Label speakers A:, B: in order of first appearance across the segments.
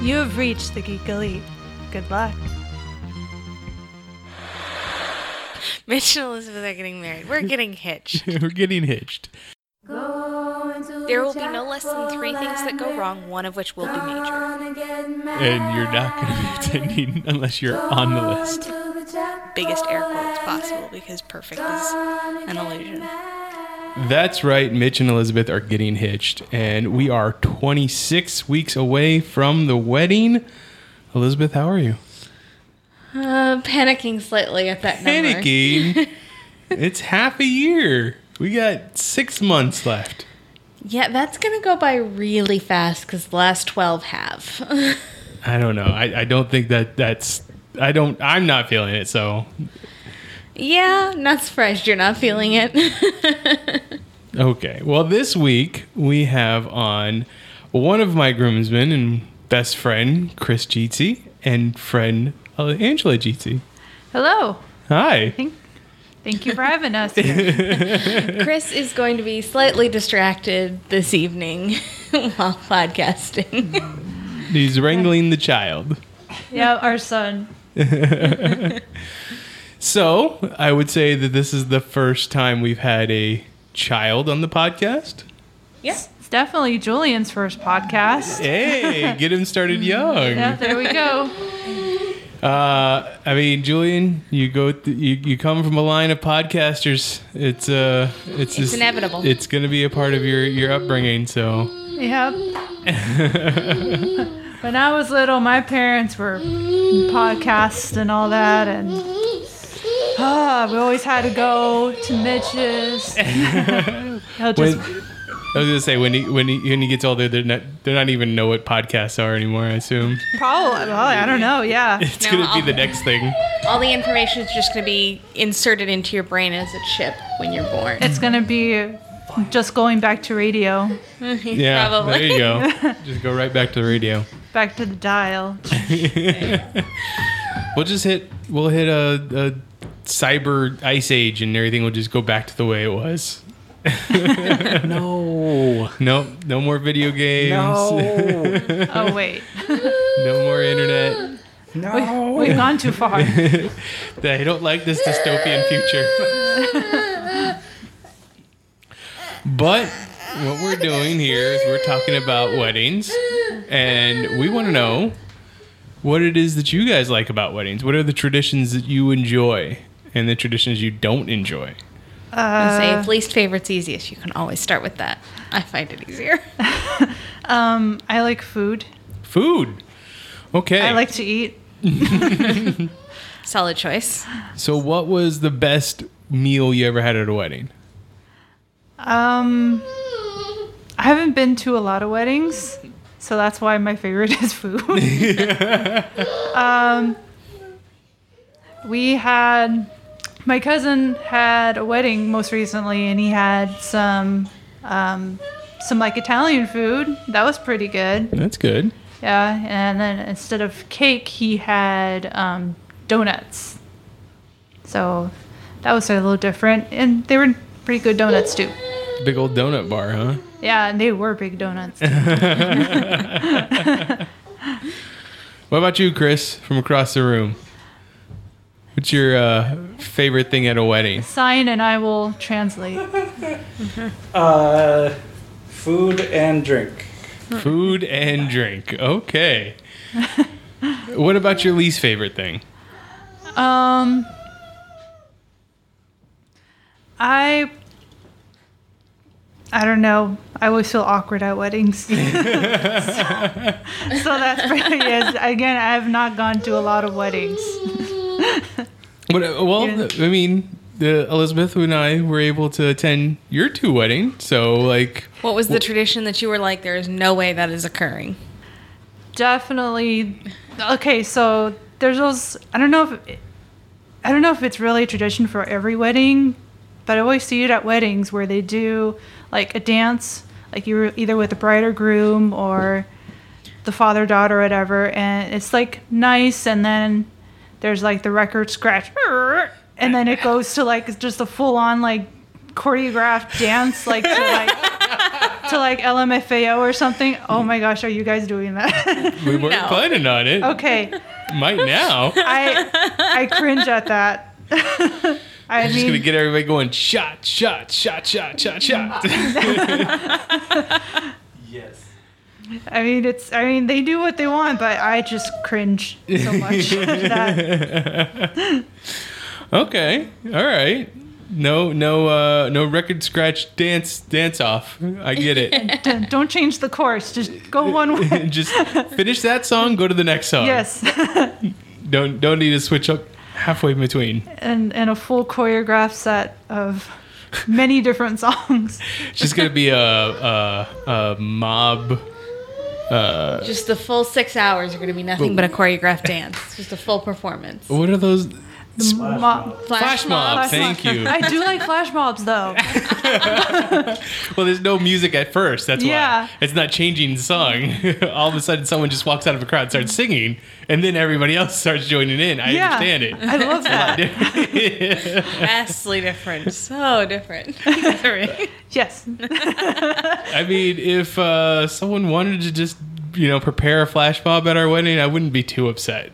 A: You have reached the Geek Elite. Good luck.
B: Mitch and Elizabeth are getting married. We're getting hitched.
C: We're getting hitched.
B: There will be no less than three things that go wrong, one of which will be major.
C: And you're not going to be attending unless you're on the list.
B: Biggest air quotes possible because perfect is an illusion.
C: That's right. Mitch and Elizabeth are getting hitched. And we are 26 weeks away from the wedding. Elizabeth, how are you?
D: Uh, panicking slightly at that number.
C: Panicking. it's half a year. We got six months left.
D: Yeah, that's gonna go by really fast because the last twelve have.
C: I don't know. I, I don't think that that's. I don't. I'm not feeling it. So
D: yeah, not surprised you're not feeling it.
C: Okay. Well, this week we have on one of my groomsmen and best friend, Chris Jeetsy, and friend uh, Angela Jeetsy.
A: Hello.
C: Hi.
A: Thank you for having us. Here.
D: Chris is going to be slightly distracted this evening while podcasting.
C: He's wrangling the child.
A: yeah, our son.
C: So I would say that this is the first time we've had a child on the podcast.
D: yeah,
A: It's definitely Julian's first podcast.
C: Hey, get him started young.
A: Yeah, there we go.
C: Uh, I mean, Julian, you go, th- you, you come from a line of podcasters. It's uh, it's, just-
D: inevitable.
C: It's gonna be a part of your your upbringing. So
A: Yep. when I was little, my parents were podcasts and all that, and ah, we always had to go to Mitch's. He'll
C: When,
A: just,
C: I was gonna say when he when he when he gets older, they're not they're not even know what podcasts are anymore. I assume
A: probably, well, I don't know. Yeah,
C: it's
D: No,
C: gonna
D: I'll-
C: be the next thing.
D: all the information is just gonna be inserted into your brain as a chip when you're born.
A: it's gonna be just going back to radio,
C: Yeah,
D: Probably.
C: there you go. just go right back to the radio.
A: back to the dial.
C: We'll just hit we'll hit a, a cyber ice age and everything will just go back to the way it was.
E: No.
C: Nope, no more video games.
A: Oh wait,
C: no more internet.
E: No.
A: we've gone too far.
C: I don't like this dystopian future. but what we're doing here is we're talking about weddings, and we want to know what it is that you guys like about weddings. What are the traditions that you enjoy and the traditions you don't enjoy?
D: And say if least favorite's easiest, you can always start with that. I find it easier.
A: Um, I like food.
C: Food. Okay.
A: I like to eat.
D: Solid choice.
C: so, what was the best meal you ever had at a wedding?
A: Um, I haven't been to a lot of weddings, so that's why my favorite is food. um, we had my cousin had a wedding most recently, and he had some um, some like Italian food that was pretty good.
C: That's good.
A: Yeah, and then instead of cake, he had um, donuts. So that was a little different, and they were pretty good donuts too.
C: Big old donut bar, huh?
A: Yeah, and they were big donuts.
C: What about you, Chris, from across the room? What's your uh, favorite thing at a wedding?
A: Sign and I will translate.
E: Uh, food and drink.
C: Food and drink. Okay. What about your least favorite thing?
A: Um, I, I don't know. I always feel awkward at weddings. so, so that's pretty. Yes, again, I have not gone to a lot of weddings.
C: What, uh, well,
A: Yeah.
C: I mean, the, Elizabeth and I were able to attend your two wedding, so like,
D: What was the tradition that you were like, there is no way that is occurring?
A: Definitely. Okay, so there's those. I don't know if I don't know if it's really a tradition for every wedding, but I always see it at weddings where they do like a dance, like you're either with the bride or groom or the father daughter or whatever, and it's like nice, and then there's like the record scratch, and then it goes to like just a full on like choreographed dance, like to like to like LMFAO or something. Oh my gosh, are you guys doing that?
C: We weren't
D: No.
C: planning on it.
A: okay,
C: Might now. I'm
A: I I cringe at that. I
C: just gonna
A: mean,
C: get everybody going shot, shot, shot, shot, shot, shot.
E: Yes.
A: I mean, it's I mean they do what they want, but I just cringe so much. at that.
C: okay. All right. No, no, uh, no record scratch dance dance off. I get it.
A: Don't- Don't change the course. Just go one way.
C: just finish that song. Go to the next song.
A: Yes,
C: Don't don't need to switch up halfway between.
A: and and a full choreographed set of many different songs.
C: It's just gonna be a a, a mob. Uh,
D: Just the full six hours are going to be nothing but a choreographed dance. Just a full performance.
C: what are those?
A: Mo-
C: Flash mob. Thank you.
A: I do like flash mobs though.
C: Well, there's no music at first. That's
A: Yeah.
C: why it's not changing the song. All of a sudden, someone just walks out of a crowd, and starts singing, and then everybody else starts joining in. I
A: Yeah.
C: understand it.
A: I love that.
D: Vastly different. So different.
A: Yes.
C: I mean, if uh, someone wanted to just you know prepare a flash mob at our wedding, I wouldn't be too upset.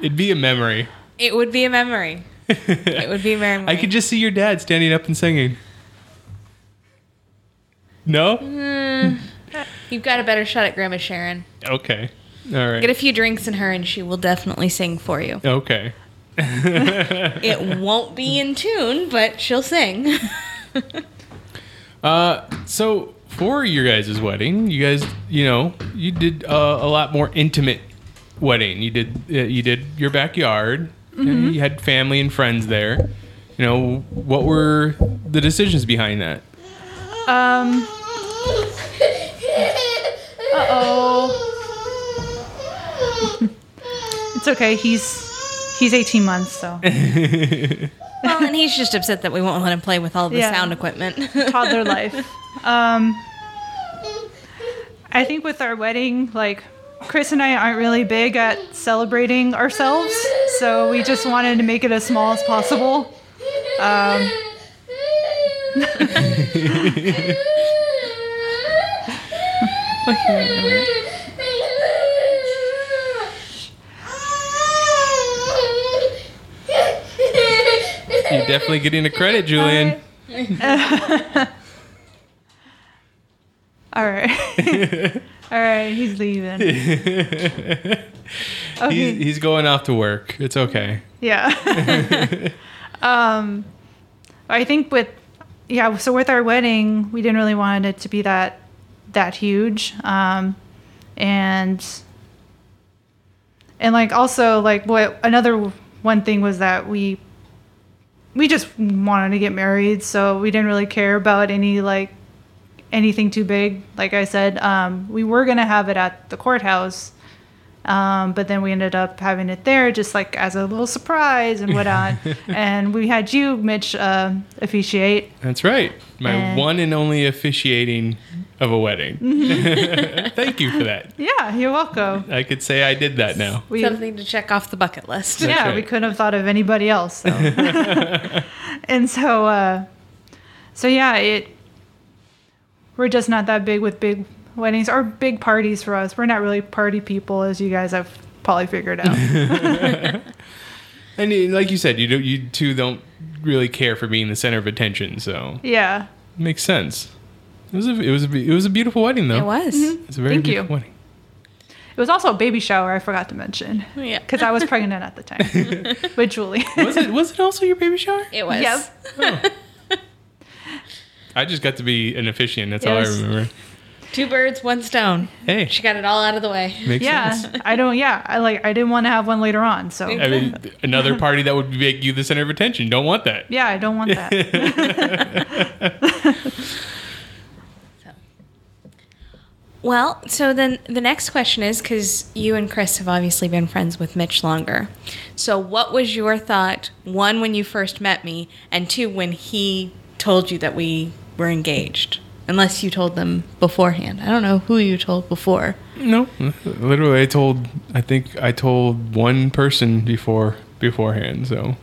C: It'd be a memory.
D: it would be a memory. It would be a memory.
C: I could just see your dad standing up and singing. No?
D: You've got a better shot at Grandma Sharon.
C: Okay. All
D: Get
C: right.
D: a few drinks in her, and she will definitely sing for you.
C: Okay.
D: It won't be in tune, but she'll sing.
C: Uh, so for your guys' wedding, you guys, you know, you did uh, a lot more intimate wedding. You did uh, you did your backyard.
D: Mm-hmm.
C: and You had family and friends there. You know, what were the decisions behind that?
A: Um. Uh oh. It's okay. He's he's 18 months, so
D: well, and he's just upset that we won't let him play with all the
A: Yeah.
D: sound equipment.
A: toddler life. Um. I think with our wedding, like Chris and I aren't really big at celebrating ourselves, so we just wanted to make it as small as possible. Um,
C: You're definitely getting a credit, Julian.
A: all right, all right. He's leaving.
C: He's, he's going off to work. It's okay.
A: Yeah. um, I think with yeah, so with our wedding, we didn't really want it to be that that huge, um, and and like also like what another one thing was that we we just wanted to get married, so we didn't really care about any like anything too big. Like I said, um, we were gonna have it at the courthouse, um, but then we ended up having it there just like as a little surprise and whatnot. and we had you, Mitch, uh, officiate.
C: That's right. My
A: Uh.
C: one and only officiating of a wedding.
A: Mm-hmm.
C: Thank you for that.
A: Yeah, you're welcome.
C: I could say I did that now.
A: We,
D: Something to check off the bucket list.
A: yeah,
C: right.
A: we couldn't have thought of anybody else. So. and so, uh, so yeah, it. We're just not that big with big weddings or big parties for us. We're not really party people, as you guys have probably figured out.
C: And uh, like you said, you do, you two don't really care for being the center of attention, so
A: yeah.
C: makes sense. It was a it was a, be- it was a beautiful wedding though.
D: It was.
C: It's a very
A: Thank you.
C: beautiful wedding.
A: It was also a baby shower. I forgot to mention
D: Yeah.
A: because I was pregnant at the time with Julie.
C: Was it was it also your baby shower?
D: It was.
A: Yep.
C: I just got to be an officiant. That's all I
A: Yes.
C: remember.
D: Two birds, one stone.
C: Hey,
D: She got it all out of the way.
C: makes
A: yeah,
C: sense.
A: I don't. Yeah, I like. I didn't want to have one later on. So
C: I mean, another party that would make you the center of attention. Don't want that.
A: yeah, I don't want that.
D: Well, so then the next question is because you and Chris have obviously been friends with Mitch longer. So, what was your thought, one, when you first met me, and two, when he told you that we were engaged? Unless you told them beforehand. I don't know who you told before.
C: No, literally, I told. I think I told one person before beforehand. So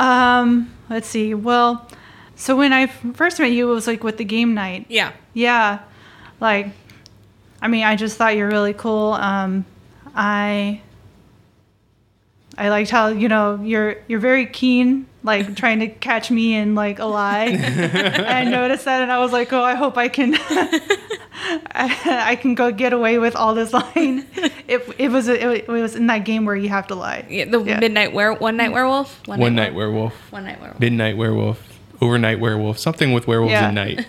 A: um, let's see. Well, So when I first met you, it was like with the game night.
D: Yeah.
A: Yeah. Like, I mean, I just thought you're really cool. Um, I I liked how you know you're you're very keen, like trying to catch me in like a lie. I noticed that, and I was like, oh, I hope I can. I, I can go get away with all this lying. It, it was it, wa- it was in that game where you have to lie.
D: Yeah, The
A: Yeah.
D: midnight were one night werewolf.
C: One night werewolf,
D: One night werewolf.
C: midnight werewolf, overnight werewolf, something with werewolves
A: Yeah.
C: at night.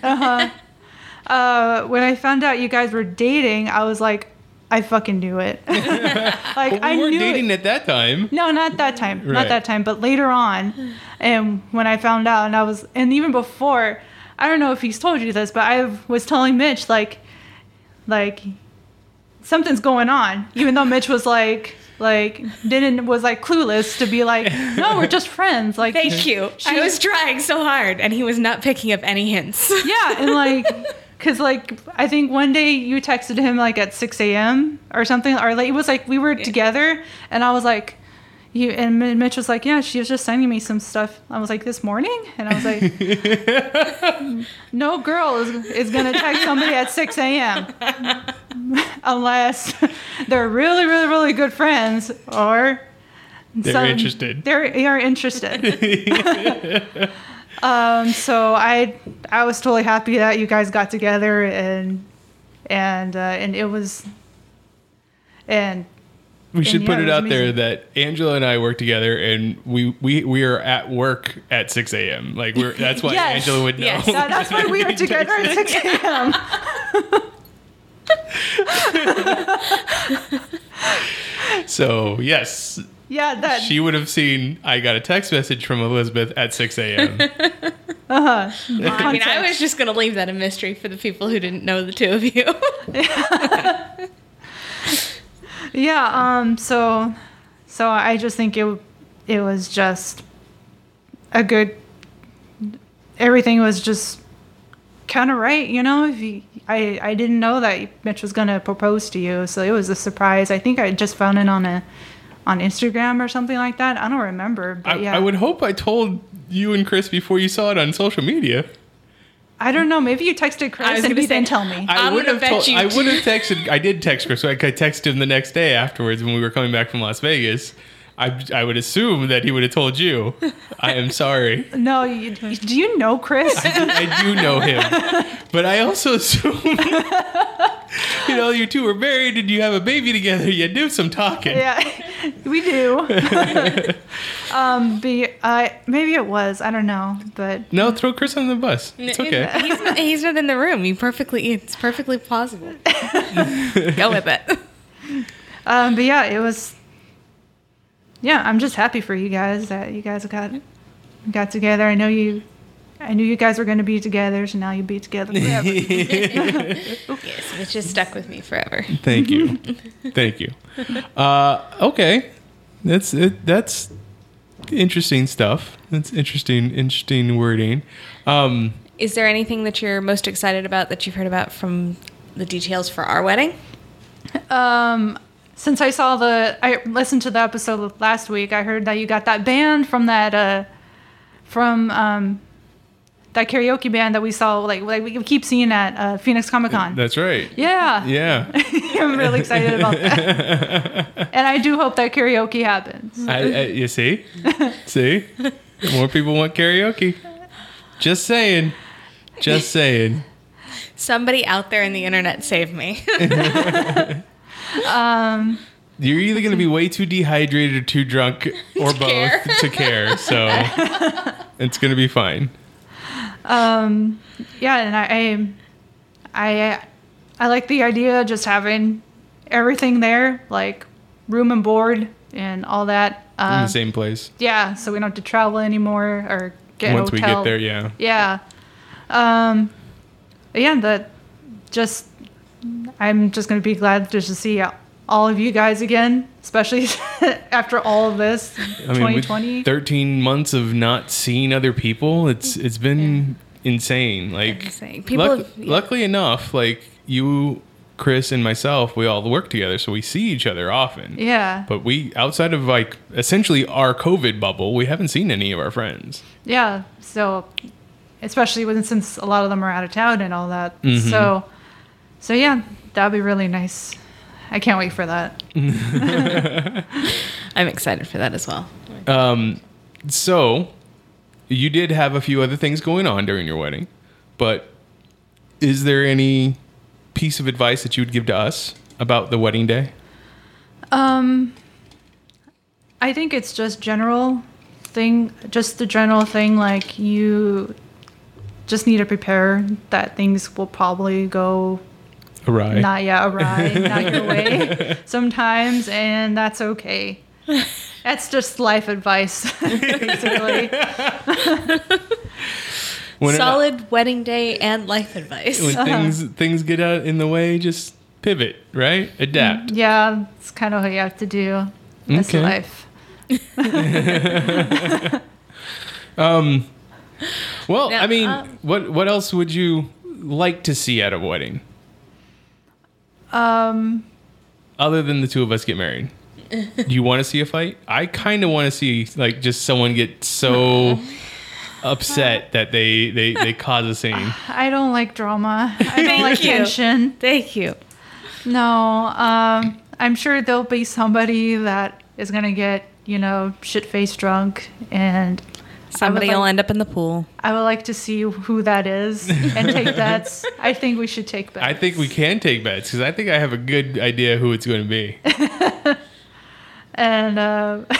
A: uh, when I found out you guys were dating, I was like, I fucking knew it. like
C: But we
A: I
C: weren't
A: knew.
C: dating
A: it.
C: at that time.
A: No, not that time.
C: Right.
A: Not that time. But later on, and when I found out, and I was, and even before, I don't know if he's told you this, but I was telling Mitch like, like, something's going on. Even though Mitch was like, like, didn't was like clueless to be like, no, we're just friends. Like,
D: Thank you. I was trying so hard, and he was not picking up any hints.
A: Yeah, and like, cause like I think one day you texted him like at six a.m. or something, or like it was like we were together, and I was like, you and Mi- Mitch was like, yeah, she was just sending me some stuff. I was like, this morning, and I was like, no girl is is gonna text somebody at six a.m. unless they're really, really, really good friends or.
C: They're interested.
A: They're, they are interested. Um, so I I was totally happy that you guys got together and and uh, and it was and
C: We should
A: yeah,
C: put
A: it
C: it
A: was
C: out there
A: amazing.
C: that Angela and I work together, and we we, we are at work at six a.m. Like we're that's why
A: Yes.
C: Angela would know.
D: Yes.
A: that, that's why we were together at 6 a.m.
C: So yes,
A: Yeah, that
C: she would have seen. I got a text message from Elizabeth at six a.m.
D: I mean, I was just going to leave that a mystery for the people who didn't know the two of you.
A: yeah. Um. So so I just think it it was just a good. Everything was just kind of right, you know. If you, I I didn't know that Mitch was gonna propose to you, so it was a surprise. I think I just found it on a on Instagram or something like that. I don't remember, but
C: I,
A: yeah,
C: I would hope I told you and Chris before you saw it on social media.
A: I don't know. Maybe you texted
D: was
A: Chris and
D: gonna
A: he
D: say-
A: didn't tell me.
C: I
D: I'm
C: would
D: gonna
C: have
D: bet
C: told.
D: you
C: I
D: did.
C: would have texted. I did text Chris. Like I texted him the next day afterwards when we were coming back from Las Vegas. I, I would assume that he would have told you. I am sorry.
A: no, you, do you know Chris?
C: I do know him, but I also assume, you know, you two were married and you have a baby together. You do some talking.
A: yeah, we do. um, be I maybe it was. I don't know, but
C: No, throw Chris on the bus. It's okay.
D: he's, not, he's not in the room. You perfectly, it's perfectly plausible. Go with it.
A: um, but yeah, it was. Yeah, I'm just happy for you guys that you guys got got together. I know you. I knew you guys were going to be together, so now you'll be together forever.
D: Yes, it just stuck with me forever.
C: Thank you. Thank you. Uh, okay. That's it. That's interesting stuff. That's interesting, interesting wording. Um,
D: Is there anything that you're most excited about that you've heard about from the details for our wedding?
A: um, since I saw the, I listened to the episode last week. I heard that you got that band from that, uh, from um, that karaoke band that we saw, like like we keep seeing at uh, Phoenix Comic Con.
C: that's right.
A: Yeah,
C: Yeah.
A: I'm really excited about that, and I do hope that karaoke happens.
C: I, I, you see? See? More people want karaoke. Just saying. Just saying.
D: Somebody out there in the internet save me.
C: You're either going to be way too dehydrated or too drunk or both
D: care.
C: to care. So it's going to be fine.
A: um yeah and I, I i like the idea of just having everything there like room and board and all that
C: In
A: um
C: the same place.
A: yeah so we don't have to travel anymore or get
C: Once
A: a hotel.
C: we get there, yeah.
A: yeah um yeah that just i'm just gonna be glad just to see all of you guys again especially after all of this
C: I mean, with
A: 2020
C: 13 months of not seeing other people, it's it's been insane. Like
D: Mm, Insane. People
C: luck-
D: have- yeah.
C: luckily enough, like you, Chris and myself, we all work together, so we see each other often.
A: yeah
C: But we outside of like essentially our COVID bubble, we haven't seen any of our friends.
A: yeah so especially when, since a lot of them are out of town and all that.
C: Mm-hmm.
A: So, so yeah, that'd be really nice. I can't wait for that.
D: I'm excited for that as well.
C: Um, so you did have a few other things going on during your wedding, but is there any piece of advice that you would give to us about the wedding day?
A: Um, I think it's just general thing, just the general thing. Like you just need to prepare that things will probably go
C: Awry.
A: not yeah awry, not your way sometimes, and that's okay. That's just life advice, basically.
C: when it-
D: Solid wedding day and life advice.
C: when things things get out in the way, just pivot, right? Adapt.
A: Yeah, it's kind of what you have to do. That's
C: Okay.
A: life.
C: Well,
D: Now,
C: I mean,
D: uh,
C: what what else would you like to see at a wedding
A: Um,
C: other than the two of us get married? Do you want to see a fight? I kind of want to see like just someone get so upset that they they they cause a scene.
A: I don't like drama. I don't
D: Thank
A: like
D: you.
A: tension.
D: Thank you.
A: No, um, I'm sure there'll be somebody that is gonna get you know shit faced drunk, and
D: Somebody will
A: like-
D: end up in the pool.
A: I would like to see who that is and take bets. I think we should take bets.
C: I think we can take bets because I think I have a good idea who it's going to be.
A: and uh,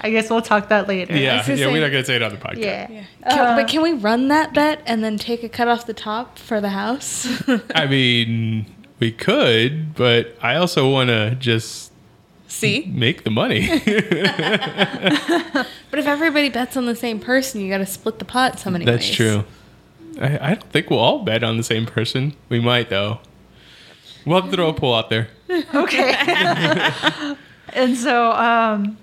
A: I guess we'll talk that later.
C: Yeah,
D: the
C: yeah,
D: same-
C: we're not going to say it on the podcast.
A: Yeah.
D: Can- but can we run that bet and then take a cut off the top for the house?
C: I mean, we could, but I also want to just
D: See?
C: make the money.
D: But if everybody bets on the same person, you got to split the pot so many
C: That's
D: ways.
C: true. I, I don't think we'll all bet on the same person. We might though. We'll have to throw a poll out there.
A: Okay. and so, um,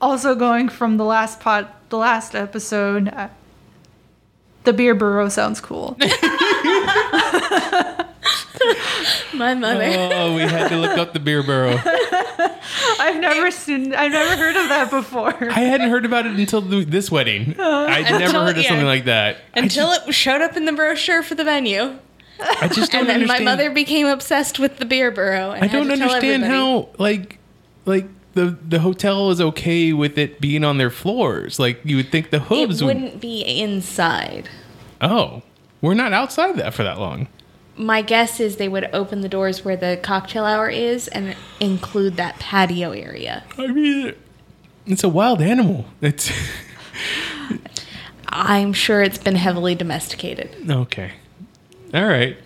A: also going from the last pot, the last episode, uh, the beer burrow sounds cool.
D: My mother.
C: Oh, we had to look up the beer burrow.
A: I've never seen, I've never heard of that before.
C: I hadn't heard about it until the, this wedding. I'd never
D: Uh, Until-
C: heard of
D: yeah.
C: something like that.
D: Until it showed up in the brochure for the venue.
C: I just don't
D: And then my
C: understand.
D: mother became obsessed with the beer burrow. And
C: I
D: had
C: don't
D: to tell
C: understand
D: everybody.
C: how like like the the hotel is okay with it being on their floors. Like you would think the hooves
D: It
C: would.
D: wouldn't be inside.
C: Oh, we're not outside that for that long.
D: My guess is they would open the doors where the cocktail hour is and include that patio area.
C: I mean, it's a wild animal. It's
D: I'm sure it's been heavily domesticated.
C: Okay. All right.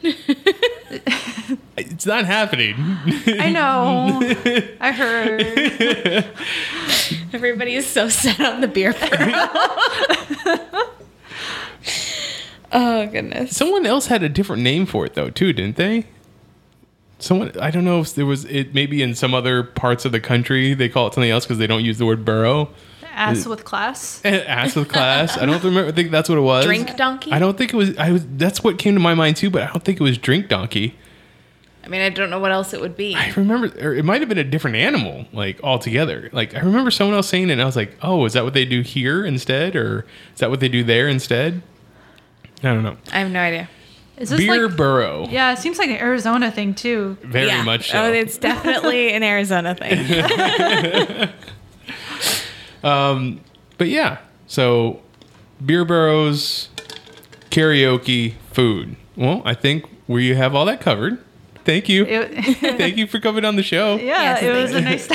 C: it's not happening.
A: I know. I heard.
D: Everybody is so set on the beer barrel. oh goodness.
C: Someone else had a different name for it though, too, didn't they? Someone I don't know if there was it maybe in some other parts of the country they call it something else because they don't use the word burrow. Eh,
A: Ass with class.
C: Ass with class. I don't remember. I think that's what it was.
D: Drink donkey?
C: I don't think it was. I was. That's what came to my mind too. But I don't think it was drink donkey.
D: I mean, I don't know what else it would be.
C: I remember, or it might have been a different animal, like altogether. Like I remember someone else saying it, and I was like, "Oh, is that what they do here instead, or is that what they do there instead?" I don't know.
D: I have no idea.
A: Is this
C: Beer
A: like?
C: burrow,
A: Yeah, it seems like an Arizona thing too.
C: very
D: Yeah.
C: much so.
D: Oh, it's definitely an Arizona thing.
C: but yeah, so beer burrows, karaoke, food. Well, I think we have all that covered. Thank you.
A: It, yeah,
C: Thank you for coming on the show.
D: Yes,
A: it was a nice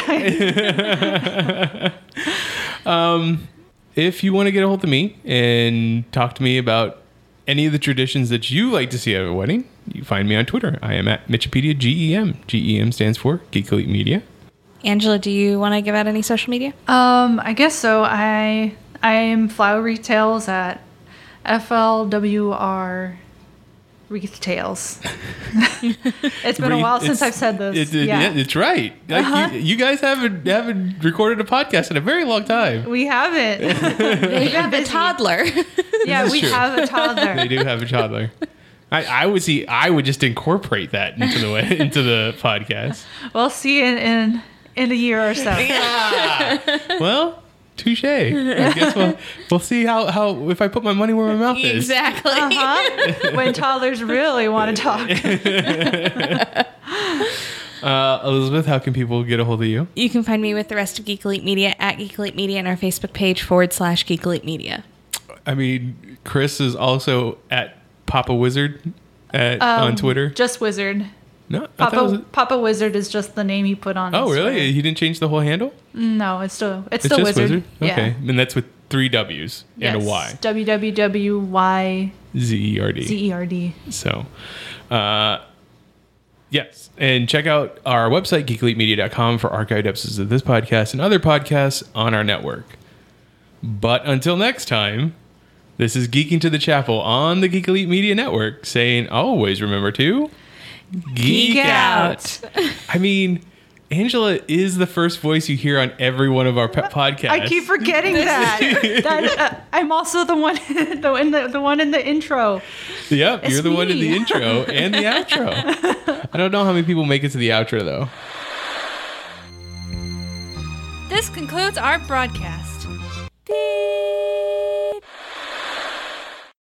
A: time.
C: If you want to get a hold of me and talk to me about any of the traditions that you like to see at a wedding, you find me on Twitter. I am at Michipedia E GEM. GEM stands for Geek Elite Media.
D: Angela, do you want to give out any social media?
A: Um, I guess so. I I am flower retails at FLWR wreath tails. it's been a while
C: It's-
A: since I've said this.
C: It, it-
A: yeah.
C: yeah, it's right. Like, you, you guys haven't haven't recorded a podcast in a very long time.
A: we have it.
D: They have a
A: busy.
D: toddler.
A: yeah,
C: is
A: we
C: true.
A: have a
C: They
A: toddler.
C: do have a toddler. I, I would see. I would just incorporate that into the way, into the podcast.
A: We'll see in in, in a year or so.
C: Well, touche. I guess we'll, we'll see how, how if I put my money where my mouth is.
D: Exactly.
A: Huh? Uh-huh. when toddlers really want to talk.
C: Uh, Elizabeth, how can people get a hold of you?
D: You can find me with the rest of Geek Elite Media at Geek Elite Media and our Facebook page forward slash Geek Elite Media.
C: I mean, Chris is also at Papa Wizard at, on Twitter.
A: Just Wizard.
C: No, I thought it was-
A: Um, Papa Papa Wizard is just the name he put on.
C: oh,
A: his
C: really?
A: Twitter.
C: He didn't change the whole handle?
A: No, it's still it's, still Wizard.
C: Okay.
A: Yeah.
C: And that's with three W's and a Y.
A: W W W Y
C: Z E R D.
A: Z E R D.
C: So, uh, yes. And check out our website, geekelitemedia.com, for archived episodes of this podcast and other podcasts on our network. But until next time, this is Geeking to the Chapel on the Geek Elite Media Network saying always remember to geek, I mean, Angela is the first voice you hear on every one of our pe- podcasts.
A: I keep forgetting that. that uh, I'm also the one the, in the the one in the intro.
C: Yep, you're the one in the
A: me.
C: intro and the outro. I don't know how many people make it to the outro though.
F: This concludes our broadcast.